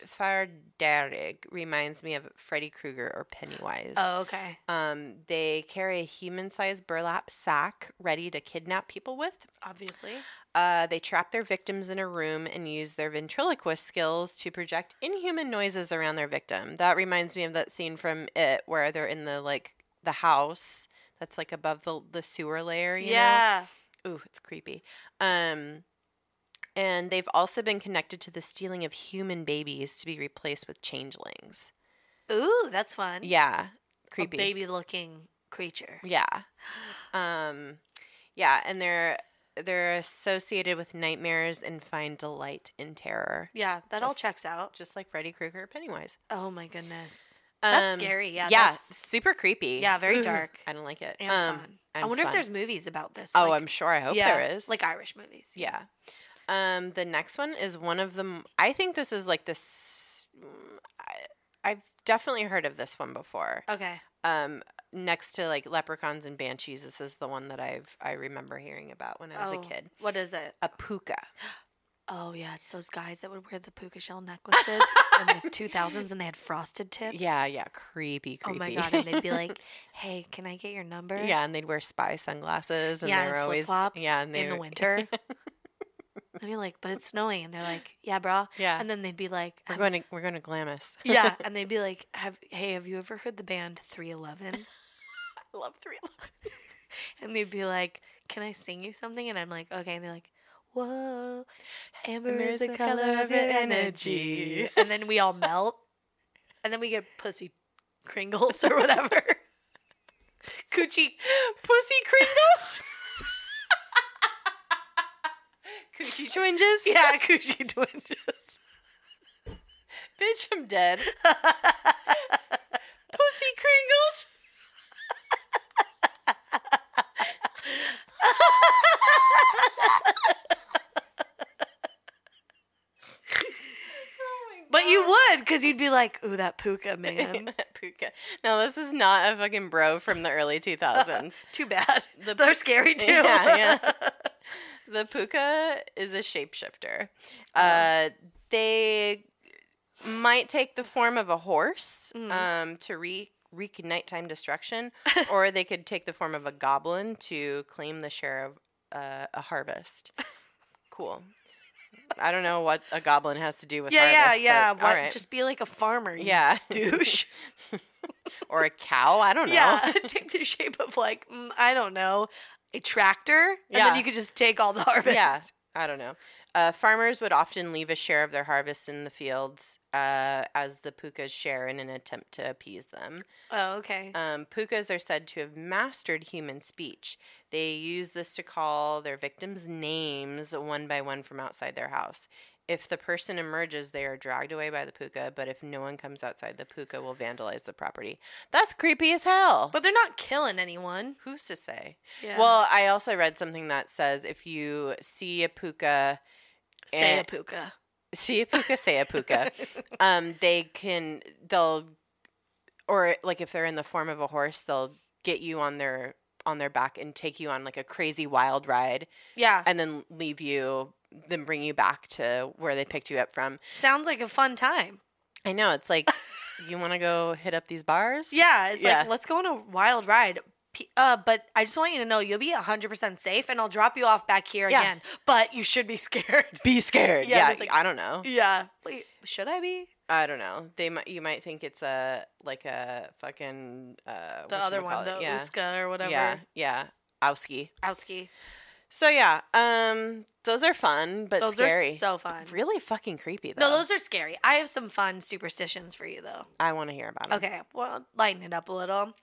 Fardarig reminds me of Freddy Krueger or Pennywise.
oh, okay.
Um, they carry a human-sized burlap sack ready to kidnap people with.
Obviously.
Uh, they trap their victims in a room and use their ventriloquist skills to project inhuman noises around their victim. That reminds me of that scene from It where they're in the like the house that's like above the the sewer layer. You
Yeah.
Know? Ooh, it's creepy. Um, and they've also been connected to the stealing of human babies to be replaced with changelings.
Ooh, that's fun.
Yeah, creepy.
baby looking creature.
Yeah. Um yeah, and they're they're associated with nightmares and find delight in terror,
Yeah, that all
Just-
checks out.
just like Freddy Krueger or Pennywise.
Oh my goodness. That's
Um,
scary. Yeah.
Yeah,
that's-
super creepy.
Yeah, very
Ugh,
dark
I don't like it.
and
um
fun. I
and
wonder if
fun.
there's movies about this.
Oh,
like-
I'm sure. I hope
yeah,
there is.
Like Irish movies.
yeah. Um the next one is one of them I think this is like this mm, I, I've definitely heard of this one before.
Okay.
Um next to like leprechauns and banshees this is the one that I've I remember hearing about when I was
Oh,
a kid.
What is it?
A puka.
Oh yeah, it's those guys that would wear the puka shell necklaces in the two thousands, and they had frosted tips.
Yeah, yeah, creepy, creepy.
Oh my god, and they'd be like, "Hey, can I get your number?"
yeah, and they'd wear spy sunglasses, and
yeah,
they were
and flip
always
flops.
yeah, and they
in the
were-
winter. and you're like, "But it's snowing," and they're like, "Yeah, bro."
Yeah,
And then they'd be like,
we're
"Um,
going to we're going to glamis.
"Yeah," and they'd be like, "Have hey, have you ever heard the band Three Eleven?
I love three.
And they'd be like, "Can I sing you something?" And I'm like, "Okay," and they're like. Whoa, amber is the color of your energy. And then we all melt. And then we get pussy kringles or whatever. Coochie
Pussy Kringles. Coochie twinges.
Yeah, coochie twinges.
bitch, I'm dead.
Pussy Kringles. But you would, because you'd be like, ooh, that puka, man.
Puka. No, this is not a fucking bro from the early 2000s.
Too bad.
The
They're scary too.
Yeah, The puka is a shapeshifter.
Uh-huh.
Uh, they might take the form of a horse
Mhm.
um, to wreak, wreak nighttime destruction, or they could take the form of a goblin to claim the share of uh, a harvest. Cool. I don't know what a goblin has to do with
yeah, yeah,
harvest,
yeah.
but
Why-
all right.
Just be like a farmer. you
yeah,
Douche.
or a cow. I don't know.
Yeah, take the shape of like mm, I don't know, a tractor, and
Yeah.
then you could just take all the harvest.
Yeah, I don't know. Uh, farmers would often leave a share of their harvest in the fields uh, as the pukas share in an attempt to appease them.
Oh, okay.
Uh, Um, pukas are said to have mastered human speech. They use this to call their victims' names one by one from outside their house. If the person emerges, they are dragged away by the puka, but if no one comes outside, the puka will vandalize the property. That's creepy as hell. But
But they're not killing anyone.
who's to say?
Yeah.
Well, I also read something that says if you see a puka,
say
eh,
a puka.
see a puka, say a puka, um, they can, they'll, or like if they're in the form of a horse, they'll get you on their on their back and take you on like a crazy wild ride
yeah.
and then leave you then bring you back to where they picked you up from
Sounds like a fun time.
i know it's like you want to go hit up these bars
Yeah. It's
Yeah.
like, let's go on a wild ride. P- Uh, but I just want you to know you'll be 100% safe and I'll drop you off back here
Yeah.
again. But you should be scared.
be scared
Yeah,
yeah,
that's like-
i don't know
yeah. Wait, should I be?
I don't know. They might you might think it's a like a fucking uh,
The other one, the
whatchamacallit. yeah.
Uska or whatever.
yeah, yeah, Owski.
Owski.
So yeah, um, those are fun but
Those
scary.
are so fun.
really fucking creepy though.
No, those are scary. I have some fun superstitions for you though.
I want to hear about 'em.
Okay, well, lighten it up a little.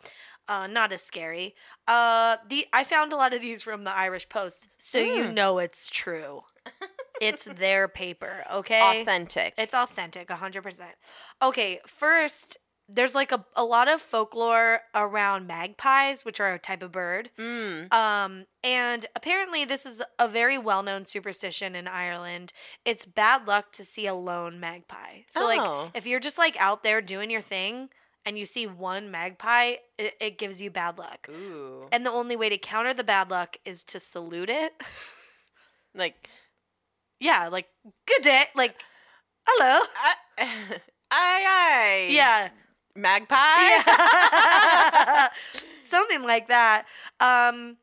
Uh, not as scary. Uh, the I found a lot of these from the Irish Post, so you
Mm.
know it's true. it's their paper, okay?
Authentic.
It's authentic, 100%. Okay, first, there's like a, a lot of folklore around magpies, which are a type of bird.
mm.
Um, and apparently, this is a very well known superstition in Ireland. It's bad luck to see a lone magpie. So,
Oh.
like, if you're just like out there doing your thing and you see one magpie, it, it gives you bad luck.
Ooh.
And the only way to counter the bad luck is to salute it.
Like
yeah, like, good day. Like, hello.
I, aye aye.
Yeah.
Magpie.
Yeah. Something like that. Um,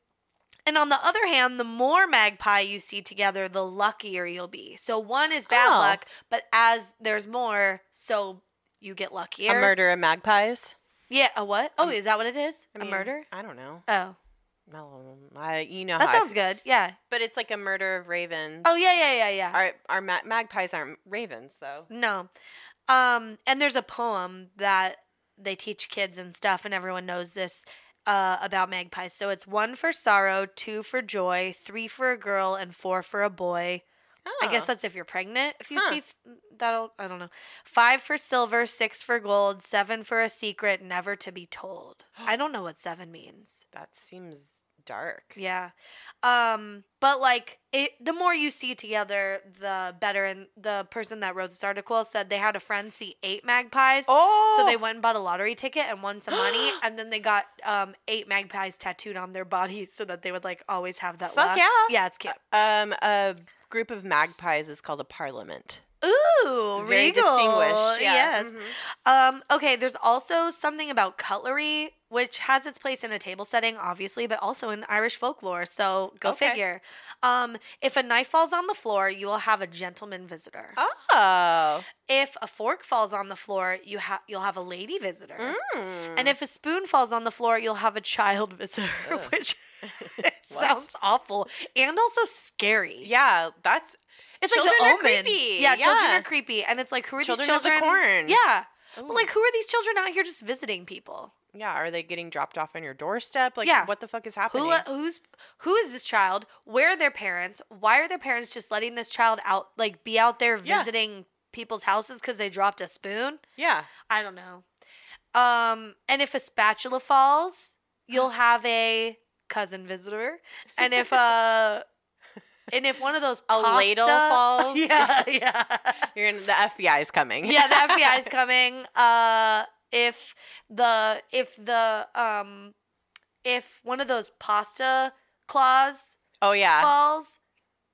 and on the other hand, the more magpie you see together, the luckier you'll be. So one is bad
Oh.
luck, but as there's more, so you get luckier.
a murder of magpies.
Yeah, a what? Oh,
Um,
is that what it is?
I
A
mean,
murder?
I don't know.
Oh,
No, I you know
that
how I
sounds good. Yeah.
But it's like a murder of ravens.
Oh, yeah, yeah, yeah, yeah.
Our our ma- magpies aren't ravens though.
No. Um, and there's a poem that they teach kids and stuff, and everyone knows this uh, about magpies. So it's one for sorrow, two for joy, three for a girl, and four for a boy. I guess
Huh.
that's if you're pregnant. If you
Huh.
see th- that'll, I don't know. Five for silver, six for gold, seven for a secret never to be told. I don't know what seven means.
that seems dark.
Yeah. Um, but like it the more you see together, the better. And the person that wrote this article said they had a friend see eight magpies.
Oh,
So they went and bought a lottery ticket and won some money, and then they got um, eight magpies tattooed on their bodies so that they would like always have that. luck.
Fuck yeah.
yeah, it's cute.
um a group of magpies is called a parliament.
Ooh,
Very distinguished. Yeah.
Oh, Yes.
mhm.
Um, okay, there's also something about cutlery, which has its place in a table setting, obviously, but also in Irish folklore. So go
Okay.
figure. Um, if a knife falls on the floor, you will have a gentleman visitor.
Oh.
If a fork falls on the floor, you ha- you'll have a lady visitor.
Mm.
And if a spoon falls on the floor, you'll have a child visitor,
Ugh.
which
What?
sounds awful and also scary.
yeah, that's
it's
children
like
are
the omen.
creepy,
Yeah, children
yeah.
are creepy, and it's like who are
children,
these
of the
children?
corn.
Yeah,
Ooh.
but like, who are these children out here just visiting people?
yeah, are they getting dropped off on your doorstep? Like,
Yeah.
what the fuck is happening?
Who, let- who's who is this child? Where are their parents? Why are their parents just letting this child out, like be out there
Yeah.
visiting people's houses because they dropped a spoon?
yeah.
I don't know. Um, and if a spatula falls, you'll have a cousin visitor, and if uh, and if one of those
A ladle
pasta-
falls.
yeah, yeah.
You're in, the FBI is coming.
yeah, the FBI is coming. Uh, if the if the um, if one of those pasta claws
oh yeah.
falls,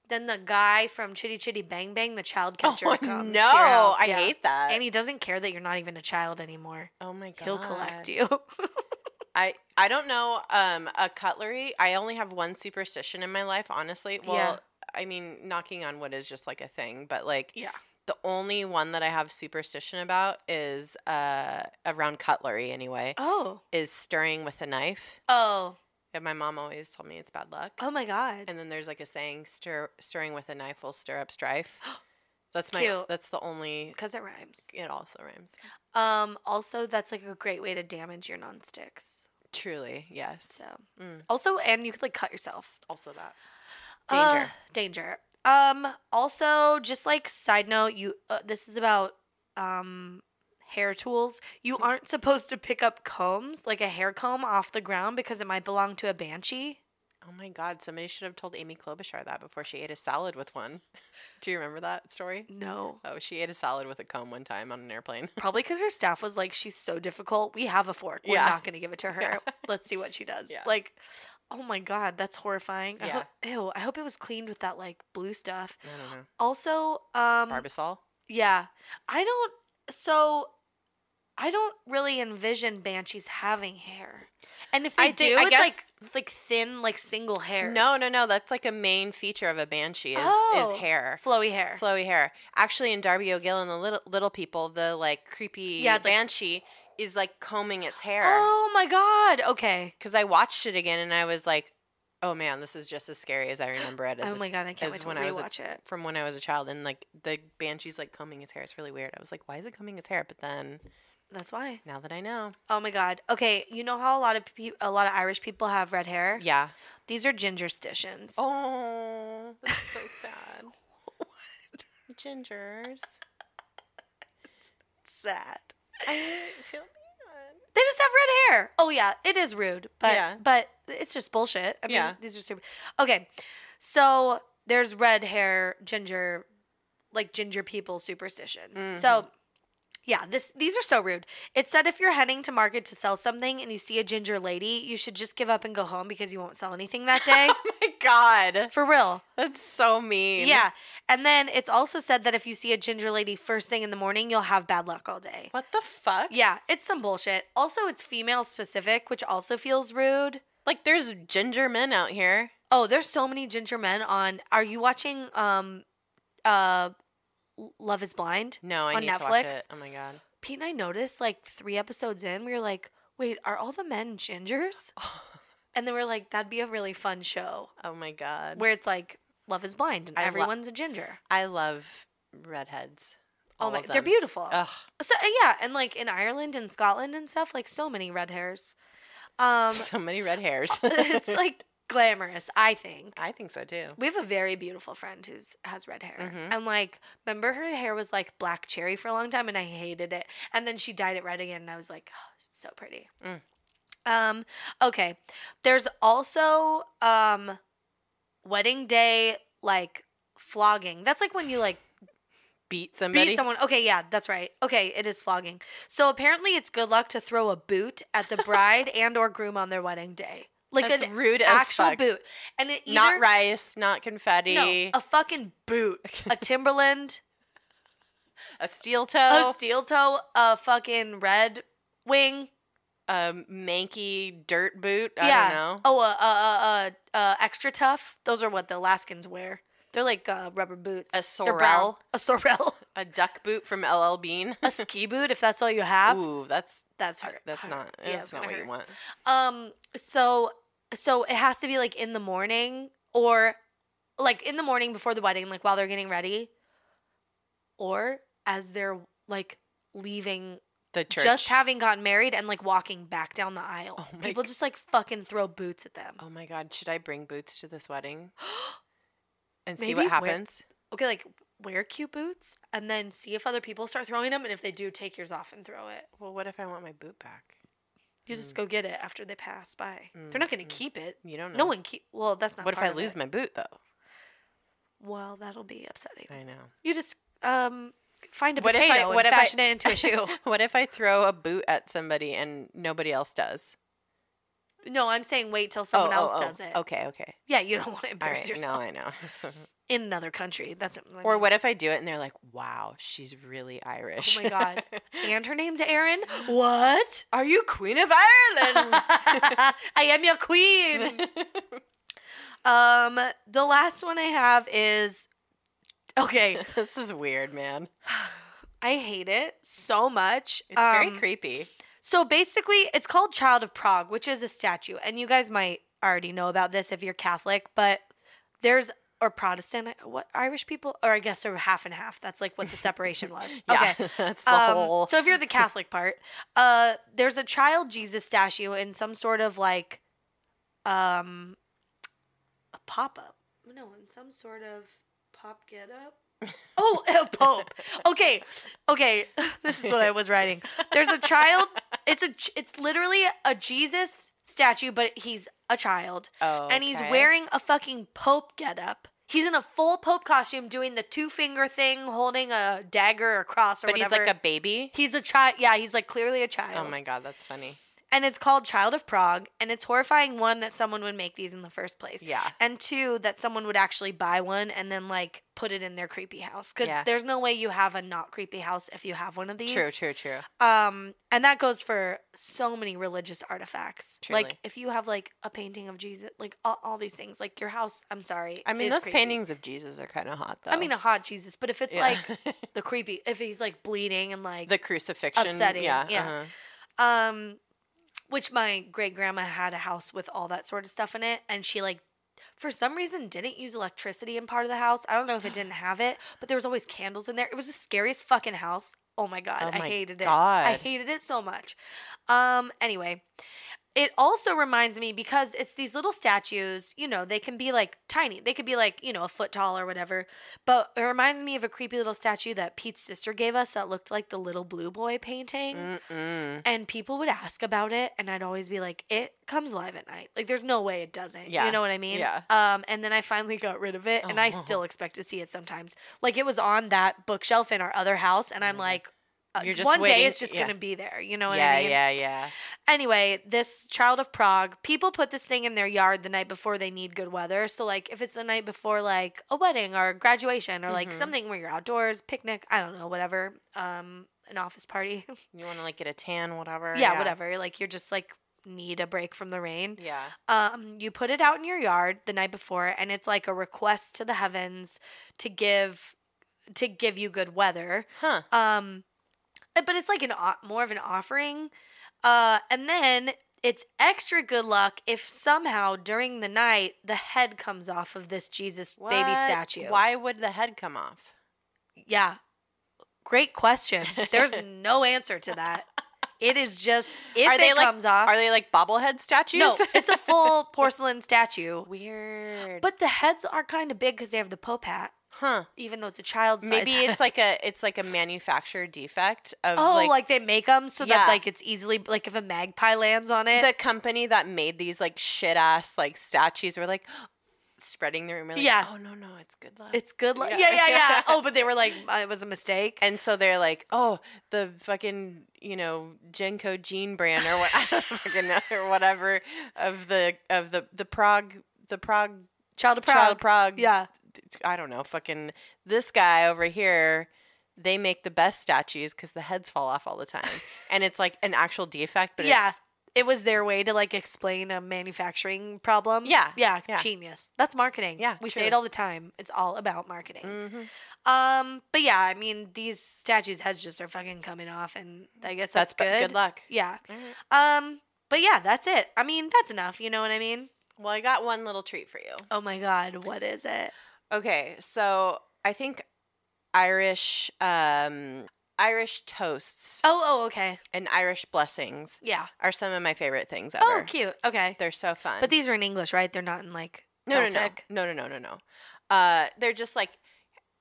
then the guy from Chitty Chitty Bang Bang, the child catcher,
oh
comes. to
no,
your house.
I
Yeah.
hate that.
And he doesn't care that you're not even a child anymore.
oh my god.
He'll collect you.
I I don't know um a cutlery. I only have one superstition in my life, honestly.
Yeah.
Well, I mean, knocking on wood is just like a thing, but like
Yeah.
the only one that I have superstition about is uh around cutlery anyway,
Oh.
is stirring with a knife.
Oh.
And my mom always told me it's bad luck.
Oh my God.
And then there's like a saying stir stirring with a knife will stir up strife. That's my
Cute.
that's the only
Because it rhymes.
it also rhymes.
Um. Also, that's like a great way to damage your nonsticks.
Truly, yes.
So
Mm.
also, and you could like cut yourself.
Also that.
Uh,
Danger.
danger. Um. Also, just like side note, you uh, this is about um hair tools. You
Mm-hmm.
aren't supposed to pick up combs like a hair comb off the ground because it might belong to a banshee.
oh my God! Somebody should have told Amy Klobuchar that before she ate a salad with one. Do you remember that story?
No.
Oh, she ate a salad with a comb one time on an airplane.
Probably because her staff was like, she's so difficult. We have a fork. We're
Yeah.
not going to give it to her. Let's see what she does.
Yeah.
Like, oh my God, that's horrifying. I hope, ew, I hope it was cleaned with that like blue stuff.
I don't know.
Also, um,
Barbasol.
yeah, I don't, so I don't really envision banshees having hair. And if they
I
do,
think- I
it's
guess-
like, it's, like thin, like single hair.
No, no, no. That's like a main feature of a banshee is
Oh.
is hair.
Flowy hair.
flowy hair. Actually, in Darby O'Gill and the Little Little People, the like creepy
Yeah, it's like-
banshee is like combing its hair.
oh my God. Okay.
Because I watched it again and I was like, oh man, this is just as scary as I remember it. As
Oh
a-
my God, I
as
can't wait to
when I was a-
rewatch it.
from when I was a child, and like the banshee's like combing his hair. It's really weird. I was like, why is it combing his hair? But then
That's why.
now that I know,
Oh my god. Okay, you know how a lot of peop a lot of Irish people have red hair?
yeah.
These are ginger stitians.
Oh, that's so sad. Gingers.
sad.
I feel bad.
They just have red hair. Oh yeah, it is rude, but
Yeah.
but it's just bullshit. I mean,
Yeah.
these are stupid. Okay. So, there's red hair ginger like ginger people superstitions. So,
Mm-hmm.
yeah, this these are so rude. It said if you're heading to market to sell something and you see a ginger lady, you should just give up and go home because you won't sell anything that day.
Oh my god,
For real.
that's so mean.
Yeah. And then it's also said that if you see a ginger lady first thing in the morning, you'll have bad luck all day.
What the fuck?
Yeah, it's some bullshit. Also, it's female specific, which also feels rude.
Like there's ginger men out here.
Oh, there's so many ginger men on. Are you watching um uh Love is Blind?
No, I
On
need to watch
Netflix?
it. Oh my god.
Pete and I noticed like 3 episodes in, we were like, "Wait, are all the men gingers?" and then we are like, "That'd be a really fun show
Oh my god.
where it's like Love is Blind and
I lo-
everyone's a ginger."
I love redheads.
Oh
All
my,
of
they're
them.
beautiful.
Ugh.
So uh, yeah, and like in Ireland and Scotland and stuff, like so many red hairs. Um,
so many red hairs.
it's like glamorous, I think.
I think so too.
We have a very beautiful friend who's has red hair,
Mhm.
and like remember her hair was like black cherry for a long time, and I hated it, and then she dyed it red again, and I was like, oh, so pretty.
Mm.
Um, okay, there's also um, wedding day like flogging. That's like when you like
Beat somebody.
Beat someone. Okay, yeah, that's right. Okay, it is flogging. So apparently, it's good luck to throw a boot at the bride and or groom on their wedding day, like
That's
an
rude as
actual
fuck.
boot, and it either,
Not rice, not
no,
confetti,
a fucking boot, a Timberland,
a, steel toe,
a steel toe, a fucking red wing.
a, manky dirt boot. I
yeah.
don't know.
Oh, uh, uh, uh, uh, uh, extra tough. Those are what the Alaskans wear. They're like uh, rubber boots.
A
They're brown.
sorrel.
A sorrel.
A duck boot from LL Bean.
a ski boot. If that's all you have,
Ooh, that's
that's hurt.
that's
hurt.
not
Yeah,
that's
it's
not
gonna
what
hurt.
you want.
Um. So so it has to be like in the morning or like in the morning before the wedding, like while they're getting ready, or as they're like leaving,
The church.
just having gotten married and like walking back down the aisle.
Oh my
People
g-
just like fucking throw boots at them.
oh my god, should I bring boots to this wedding and see
Maybe
what
wear-
happens?
Okay, like wear cute boots and then see if other people start throwing them, and if they do, take yours off and throw it.
Well, what if I want my boot back?
You just go get it after they pass by.
Mm,
They're not going
mm.
to keep it.
You don't know.
No one keep. Well, that's not.
What if
part
I
of
lose
it.
my boot though?
Well, that'll be upsetting.
I know.
You just um find a
What if I-
potato
what
and
if I-
fashion it into a shoe.
What if I throw a boot at somebody and nobody else does?
no, I'm saying wait till someone
Oh, oh,
else
oh.
does it.
Okay, okay.
Yeah, you don't want to
All
embarrass
right. No,
yourself
I know.
in another country. That's
or what if I do it and they're like, "Wow, she's really Irish."
Oh my god. and her name's Erin. What?
Are you Queen of Ireland?
I am your queen. Um, the last one I have is okay.
this is weird, man.
I hate it so much.
It's very
Um,
creepy.
So basically, it's called Child of Prague, which is a statue. And you guys might already know about this if you're Catholic, but there's or Protestant. What Irish people? Or I guess they're half and half. That's like what the separation was.
Yeah,
Okay.
that's the
Um,
whole.
so if you're the Catholic part, uh, there's a child Jesus statue in some sort of like, um, a pop up. No, in some sort of pop get up. Oh, a pope. Okay, okay. This is what I was writing. There's a child. It's a. ch- It's literally a Jesus statue, but he's a child,
oh,
and he's
okay.
wearing a fucking pope getup. He's in a full pope costume, doing the two finger thing, holding a dagger or cross or
But
whatever.
he's like a baby.
He's a child. Yeah, he's like clearly a child.
Oh my god, that's funny.
And it's called Child of Prague. And it's horrifying one that someone would make these in the first place.
Yeah.
And two, that someone would actually buy one and then like put it in their creepy house. Because
Yeah.
there's no way you have a not creepy house if you have one of these.
True, true, true.
Um, and that goes for so many religious artifacts. Like
Truly.
if you have like a painting of Jesus, like all, all these things, like your house, I'm sorry.
I mean,
is
those
creepy.
paintings of Jesus are kind of hot, though.
I mean, a hot Jesus, but if it's
Yeah.
like the creepy, if he's like bleeding and like
the crucifixion.
upsetting,
Yeah,
yeah.
uh-huh.
um which my great grandma had a house with all that sort of stuff in it and she like for some reason didn't use electricity in part of the house i don't know if it didn't have it but there was always candles in there it was the scariest fucking house oh my god
Oh
i
my
hated
God.
it i hated it so much um anyway it also reminds me because it's these little statues you know they can be like tiny they could be like you know a foot tall or whatever but it reminds me of a creepy little statue that pete's sister gave us that looked like the little blue boy painting
Mm-mm.
and people would ask about it and i'd always be like it comes live at night like there's no way it doesn't
Yeah,
you know what i mean
yeah. Oh.
um and then i finally got rid of it and i still expect to see it sometimes like it was on that bookshelf in our other house and i'm
my God.
like uh,
Mm-hmm. You're just
one day
waiting-
it's just
yeah.
gonna be there you know what
Yeah,
i mean
yeah, yeah.
anyway this child of prague people put this thing in their yard the night before they need good weather so like if it's the night before like a wedding or graduation or like
Mhm.
something where you're outdoors picnic i don't know whatever um an office party
You want to like get a tan, whatever.
yeah, whatever. Like you're just like need a break from the rain.
Yeah.
Um, you put it out in your yard the night before, and it's like a request to the heavens to give to give you good weather.
Huh.
Um, uh, but it's like an o- more of an offering. Uh, and then it's extra good luck if somehow during the night the head comes off of this Jesus baby
What?
statue.
Why would the head come off?
Yeah. Great question. There's no answer to that. It is just if
Are
it
they, like-
comes off.
Are they like bobblehead statues?
No, it's a full porcelain statue.
Weird.
But the heads are kind of big because they have the pope hat,
huh?
even though it's a child's size
Maybe
hat.
it's like a it's like a manufacturer defect of
oh, like,
like,
they make them so
Yeah.
that like it's easily like if a magpie lands on it.
the company that made these like shit ass like statues were like spreading the rumor. Like,
Yeah.
Oh no no, it's good luck.
it's good luck.
Yeah.
Yeah, yeah, yeah. oh, but they were like uh, it was a mistake.
and so they're like, oh, the fucking you know Genko Jean brand or what I don't fucking know or whatever of the of the the Prague the Prague
Child of Prague.
Child Prague
Yeah.
I don't know, fucking this guy over here, they make the best statues because the heads fall off all the time. And it's like an actual defect, but
yeah.
it's,
It was their way to like explain a manufacturing problem.
Yeah,
Yeah.
yeah.
Genius. That's marketing.
Yeah,
We say
truly.
it all the time. It's all about marketing.
Mhm.
Um, but yeah, I mean these statues heads just are fucking coming off and I guess
that's
that's,
b-
good.
good luck. Mm-hmm.
Yeah.
Alright.
Um, but yeah, that's it. I mean, that's enough, you know what I mean?
Well, I got one little treat for you.
Oh my god, what is it?
Okay, so I think Irish um Irish toasts
Oh, oh, okay.
and Irish blessings
Yeah.
are some of my favorite things ever.
Oh, cute. Okay.
They're so fun.
But these are in English, right? They're not in like
no, no, no,
Celtic.
no, no, no, no, no. Uh, they're just like.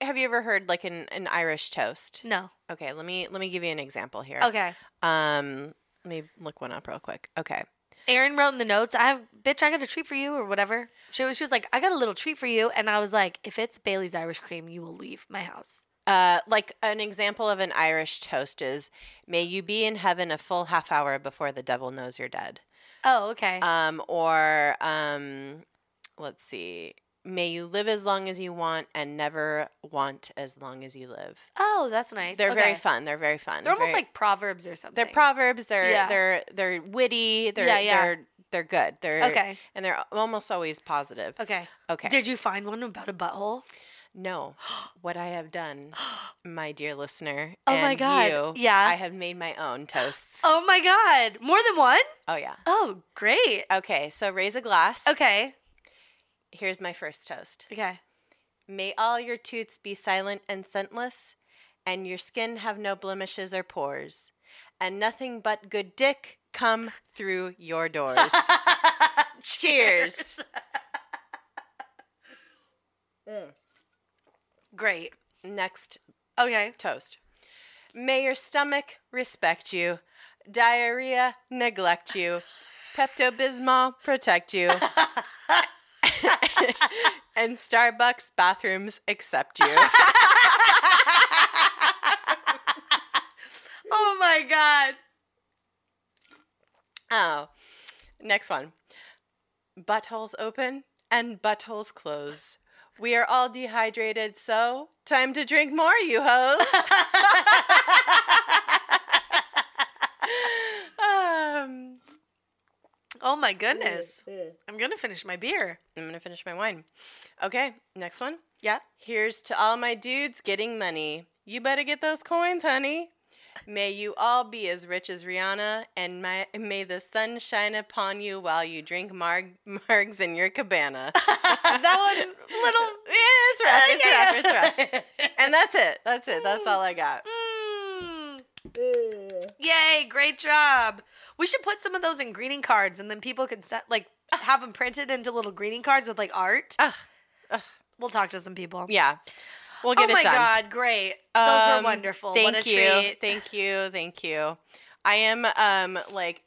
Have you ever heard like an, an Irish toast?
No.
Okay, let me let me give you an example here.
Okay.
Um, let me look one up real quick. Okay.
Aaron wrote in the notes, I have bitch, I got a treat for you or whatever. She was she was like, I got a little treat for you and I was like, if it's Bailey's Irish cream, you will leave my house.
Uh, like an example of an Irish toast is, "May you be in heaven a full half hour before the devil knows you're dead."
Oh, okay.
Um, or um, let's see, "May you live as long as you want and never want as long as you live."
oh, that's nice.
They're very
Okay.
fun. They're very fun.
They're almost
Very-
like proverbs or something.
they're proverbs. They're
Yeah.
they're they're witty. They're
Yeah, yeah.
they're they're good. They're
Okay.
and they're almost always positive.
Okay.
Okay.
Did you find one about a butthole?
No, what I have done, my dear listener,
Oh
and
my god.
you,
yeah.
I have made my own toasts.
oh my god. More than one?
Oh, yeah.
Oh, great.
Okay, so raise a glass.
Okay.
Here's my first toast.
Okay.
May all your toots be silent and scentless, and your skin have no blemishes or pores, and nothing but good dick come through your doors. Cheers.
Great.
Next
Okay.
toast. May your stomach respect you, diarrhea neglect you, Pepto Bismol protect you, and Starbucks bathrooms accept you.
Oh my god.
Oh, next one. Buttholes open and buttholes close. We are all dehydrated, so time to drink more, you hoes. um,
Oh my goodness. I'm gonna finish my beer.
I'm gonna finish my wine. Okay, next one.
Yeah.
Here's to all my dudes getting money. You better get those coins, honey. May you all be as rich as Rihanna, and my, may the sun shine upon you while you drink marg, margs in your cabana.
that one
Little,
little
yeah, it's rough, it's rough, it's rough.
rough, it's
And that's it. That's it. That's all I got.
rough. mm, Yay, great job. We should put some of those in greeting cards and then people can set like have them printed into little greeting cards with like art.
Ugh.
We'll talk to some people.
Yeah, we'll get
oh
it
my
done.
god, great. Those
Um,
were wonderful.
Thank
what a
you.
treat.
Thank you. Thank you. I am um like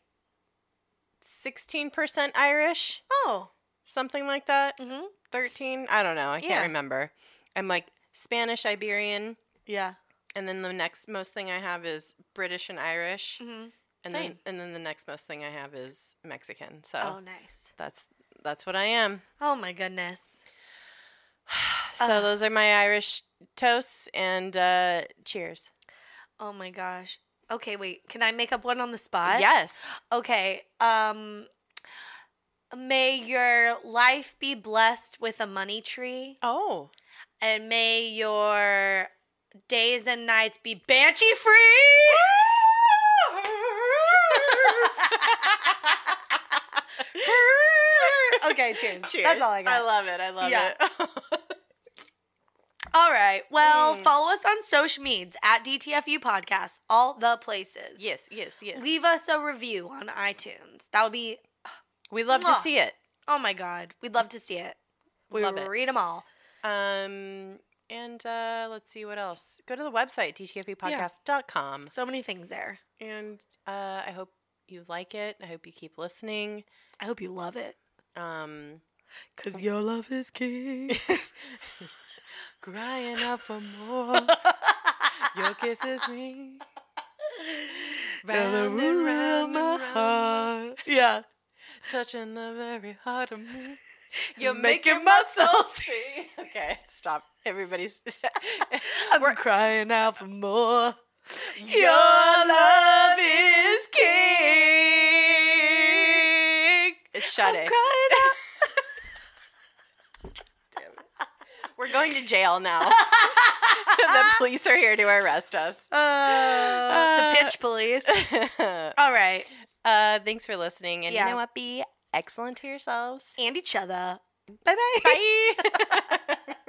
16% Irish,
oh.
something like that.
Mhm.
13, I don't know. I
Yeah.
can't remember. I'm like Spanish Iberian
Yeah.
and then the next most thing I have is British and Irish
Mhm.
and then
Same.
and then the next most thing I have is Mexican. So
Oh, nice.
that's that's what I am.
Oh my goodness.
So
Ah.
those are my Irish toasts and uh cheers.
Oh my gosh. Okay, wait. Can I make up one on the spot?
yes.
Okay. Um may your life be blessed with a money tree
Oh.
and may your days and nights be banshee free. okay, cheers. That's all I got.
I love it. I love
Yeah.
it.
all right. Well,
Mm.
follow us on social meds at DTFU Podcast, all the places.
yes, yes, yes.
Leave us a review on iTunes. That would be
we love to
Mwah.
see it.
Oh my god, we'd love to see it. We
Love
will
it.
read them all.
Um, and uh, let's see what else. Go to the website, dtfupodcast.com.
So many things there.
And uh, I hope you like it. I hope you keep listening.
I hope you love it.
Um,
Cause your love is king.
crying out for more. Your kisses ring round and round my heart,
yeah.
touching the very heart of me.
You're making
my
soul
sing. Okay, stop. Everybody's.
I'm crying out for more.
Your love is king. It's
I'm
Sade.
crying out.
We're going to jail now. the police are here to arrest us.
Uh, the pitch police.
uh,
All right.
thanks for listening. And
Yeah.
you know what? Be excellent to yourselves.
And each other. Bye-bye.
Bye.